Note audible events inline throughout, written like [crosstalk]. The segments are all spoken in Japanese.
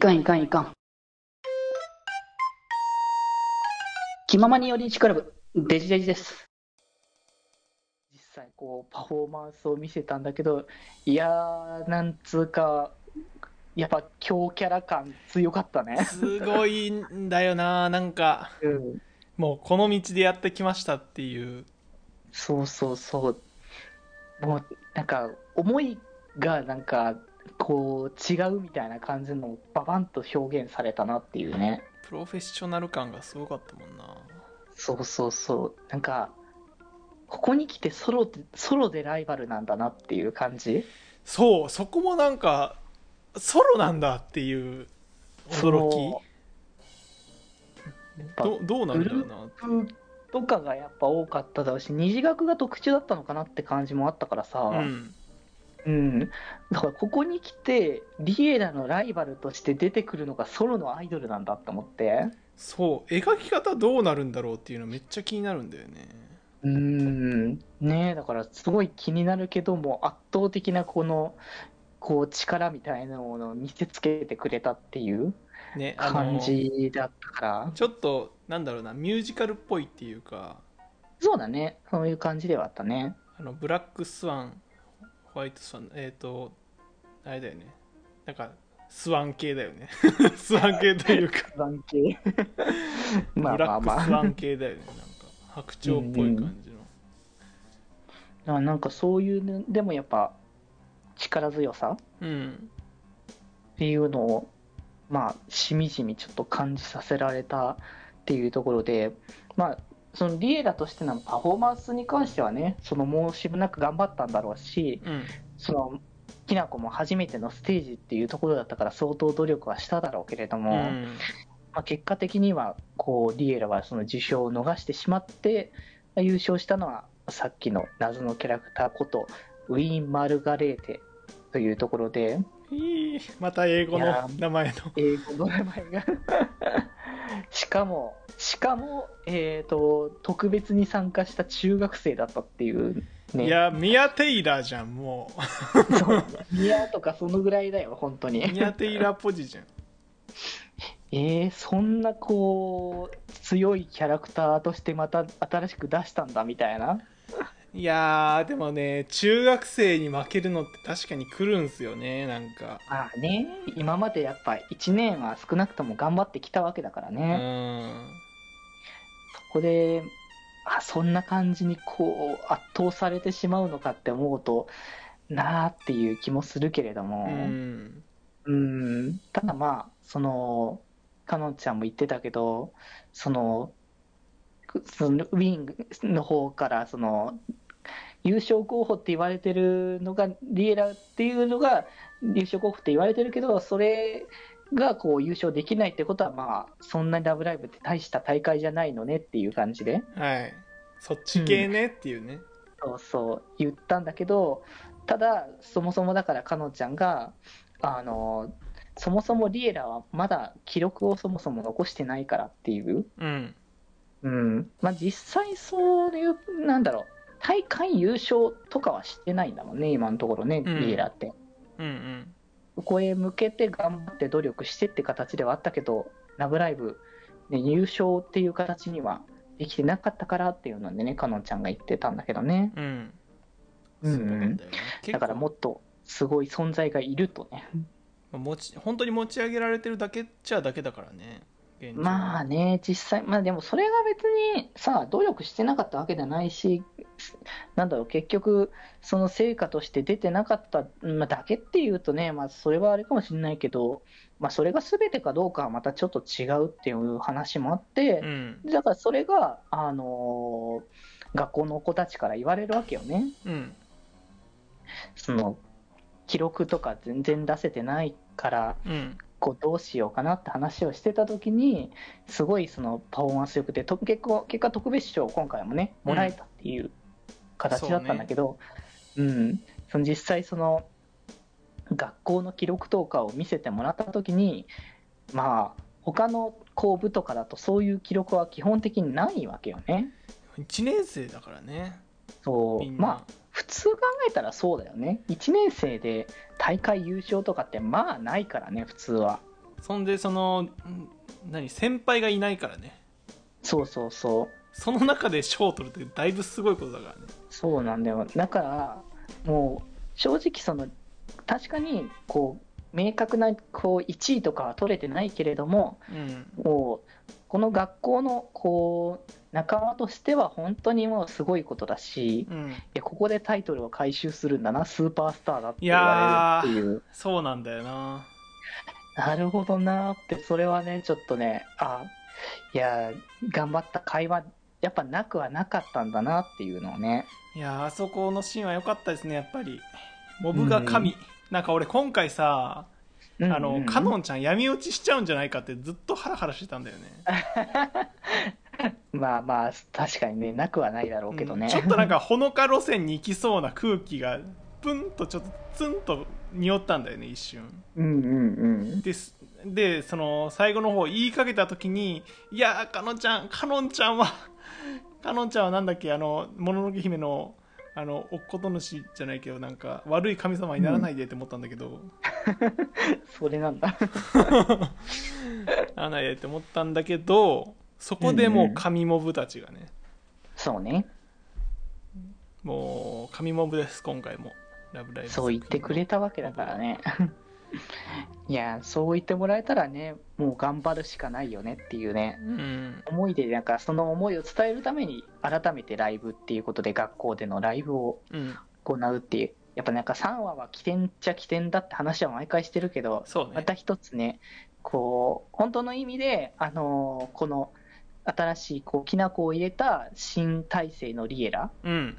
かんいかんいかん。気ままに寄り道クラブ、デジデジです。実際こうパフォーマンスを見せたんだけどいやーなんつうかやっぱ強キャラ感強かったね、すごいんだよななんかうん、もうこの道でやってきましたっていうそうそうそうもうなんか思いがなんかこう違うみたいな感じのババンと表現されたなっていうねプロフェッショナル感がすごかったもんなそうそうそうなんかここに来てソロでソロでライバルなんだなっていう感じそうそこもなんかソロなんだっていう驚きやっぱどどうなんだろうなとかがやっぱ多かっただろうし二次学が特殊だったのかなって感じもあったからさ、うんうんだからここに来てリエラのライバルとして出てくるのがソロのアイドルなんだって思ってそう描き方どうなるんだろうっていうのめっちゃ気になるんだよねうんねえだからすごい気になるけども圧倒的なこのこう力みたいなものを見せつけてくれたっていうねあ感のちじだったからょっとなんだろうなミュージカルっぽいっていうかそうだねそういう感じではあったねあのブラックスワンホワイトスワンえっ、とあれだよねなんかスワン系だよね [laughs] スワン系というか関係まあブラまあッまクあスワン系だよねなんか白鳥っぽい感じの、あなんかそういうねでもやっぱ力強さうんっていうのをまあしみじみちょっと感じさせられたっていうところでまあそのリエラとしてのパフォーマンスに関してはねその申し分なく頑張ったんだろうしうんそのきなこも初めてのステージっていうところだったから相当努力はしただろうけれどうも、んまあ、結果的にはこうリエラはその受賞を逃してしまってまあ優勝したのはさっきの謎のキャラクターことウィーン・マルガレーテというところでいいまた英語いのや名前の英語の名前が [laughs] しかもしかも、えー、と特別に参加した中学生だったっていうねいやミア・テイラーじゃんもそうミアとかそのぐらいだよ本当う [laughs] ミにア・テイラーポジじゃんえー、そんなこう強いキャラクターとしてまた新しく出したんだみたいないやーでもね中学生に負けるのって確かに来るんすよねなんかまあね、今までやっぱ1年は少なくとも頑張ってきたわけだからうね、んそこであそんな感じにこう圧倒されてしまうのかって思うとなあっていう気もするけれどうも、んうんただまあそのかのんちゃんも言ってたけどそのくそのウィングの方からその優勝候補って言われてるのがリエラっていうのが優勝候補って言われてるけどそれがこう優勝できないってことはまあそんなに「ラブライブ!」って大した大会じゃないのねっていう感じではいそっち系ねっていうね、そうそう言ったんだけどただそもそもだからかのんちゃんがあのそもそもリエラはまだ記録をそもそも残してないからっていう、うんうんまあ、実際そういうなんだろう大会優勝とかはしてないんだもんね今のところねうんリエラって、うんうんそこへ向けて頑張って努力してって形ではあったけど「ラブライブ!ね」優勝っていう形にはできてなかったからっていうのでねかのんちゃんが言ってたんだけどねうんうんうんそうなんだよね結構だからもっとすごい存在がいるとね。まあ持ち本当に持ち上げられてるだけっちゃだけだからね現状まあね、実際、まあでもそれが別にさ、努力してなかったわけじゃないし、なんだろう、結局、その成果として出てなかった、まあ、だけっていうとね、まあそれはあれかもしれないけど、まあそれが全てかどうかはまたちょっと違うっていう話もあってう、んだからそれが、あのー学校の子たちから言われるわけよね。うんその記録とか全然出せてないから、うんこうどうしようかなって話をしてた時にすごいそのパフォーマンスよくてと結構結果特別賞を今回もねうんもらえたっていう形だったんだけど、うんその実際その学校の記録とかを見せてもらった時にまあ他の校部とかだとそういう記録は基本的にないわけよね。 1年生だからねそみうんまあな、普通考えたらそうだよね1年生で大会優勝とかってまあないからね普通は。そんでそのん何先輩がいないからねそうそうそう。その中で賞を取るってだいぶすごいことだからねそうなんだよだからもう正直その確かにこう明確なこう1位とかは取れてないけれどもうんもうこの学校のこう仲間としては本当にもうすごいことだしうんいやここでタイトルを回収するんだなスーパースターだって言われるっていうそうなんだよななるほどなーってそれはねちょっとねあいや頑張った会話やっぱなくはなかったんだなっていうのをねいやーあそこのシーンは良かったですねやっぱりモブが神、なんか俺今回さうんあの、うんカノンちゃん闇落ちしちゃうんじゃないかってずっとハラハラしてたんだよねまあまあ確かにねなくはないだろうけどね、うんちょっとなんかほのか路線に行きそうな空気がプンとちょっとツンと匂ったんだよね一瞬 [laughs] うんうんですでその最後の方言いかけた時に「いやーかのんちゃんかのんちゃんは [laughs] かのんちゃんはなんだっけあのもののけ姫のあのおっこと主じゃないけどなんか悪い神様にならないでって思ったんだけど、うんそれなんだならないでって思ったんだけどそこでもう神モブたちがね、 [laughs] そうねもう神モブです今回も「ラブライブ!」そう言ってくれたわけだからね [laughs] いやそう言ってもらえたらねもう頑張るしかないよねっていうねうん思いでなんかその思いを伝えるために改めてライブっていうことで学校でのライブをうん行うっていうやっぱなんか3話は起点っちゃ起点だって話は毎回してるけどそうねまた一つね、こう、本当の意味で、あのーこの、新しい、こう、きな粉を入れた新体制のリエラうん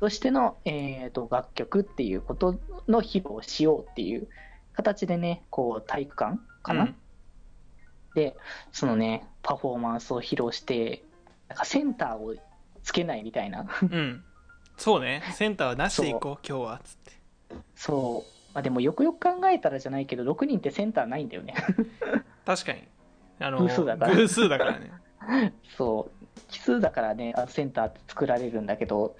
としての、えー、と、楽曲っていうことの披露をしようっていう形でね、こう、体育館かな、うんで、そのね、パフォーマンスを披露して、なんかセンターをつけないみたいな、うん。そうね。センターはなしでいこう、今日は。つって。そう。まあでもよくよく考えたらじゃないけど、6人ってセンターないんだよね。確かに。あの、偶数だから偶数だからね。そう奇数だからねあのセンターって作られるんだけど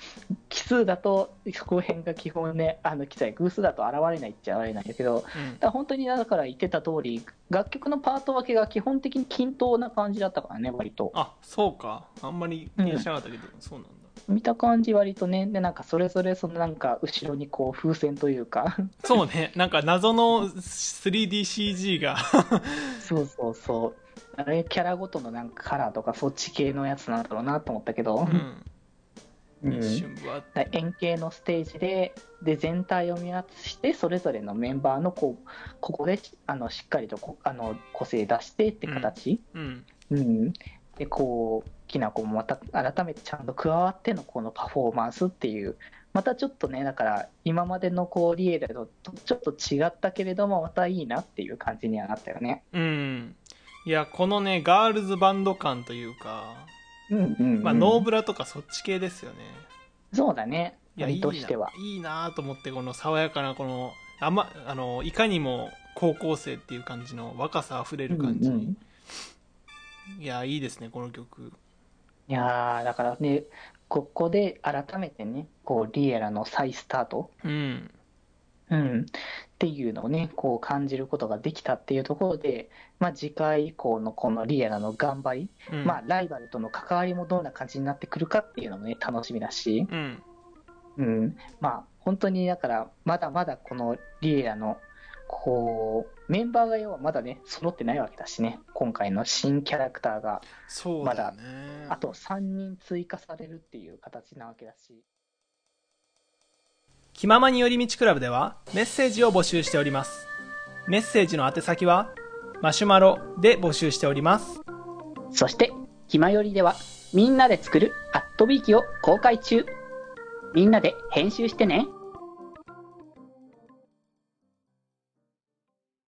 奇数だとそこ辺が基本ねあの奇数偶数だと現れないっちゃ現れないんだけどだ [laughs] から本当にだから言ってた通り楽曲のパート分けが基本的に均等な感じだったからね割とうん。あ、そうか。あんまり気にしなかったけど、そうなんだ。見た感じ割とねでなんかそれぞれそのなんか後ろにこう風船というかそうね。なんか謎の 3DCG が。そうそうそうあれキャラごとのなんかカラーとかそっち系のやつなんだろうなと思ったけどう、ん。うん一瞬ぶわっだ円形のステージでで全体を見渡してそれぞれのメンバーのこうここであのしっかりとこあの個性出してって形、うん。うんでこうきなこもまた改めてちゃんと加わってのこのパフォーマンスっていうまたちょっとねだから今までのこうリエルとちょっと違ったけれどもまたいいなっていう感じにはなったよね。うん。いや、このね、ガールズバンド感というか、うんうんうんまあ、ノーブラとかそっち系ですよね。そうだねいや、割いいとなしては。いいなと思って、この爽やかな、この、あま、あの、いかにも高校生っていう感じの若さあふれる感じ。うんうんいや、いいですね、この曲。いやーだからね、ここで改めてね、こう、リエラの再スタート、うん。うん、っていうのをね、こう感じることができたっていうところで、まあ次回以降のこのリエラの頑張り、うん、まあライバルとの関わりもどんな感じになってくるかっていうのもね、楽しみだし、うん。うん、まあ本当にだから、まだまだこのリエラの、こう、メンバーが要はまだね、揃ってないわけだしね、今回の新キャラクターが、そうだよね。あと3人追加されるっていう形なわけだし。気ままに寄り道クラブではメッセージを募集しておりますメッセージの宛先はマシュマロで募集しておりますそして、ひまよりでは、みんなで作るアットビーキを公開中。みんなで編集してね。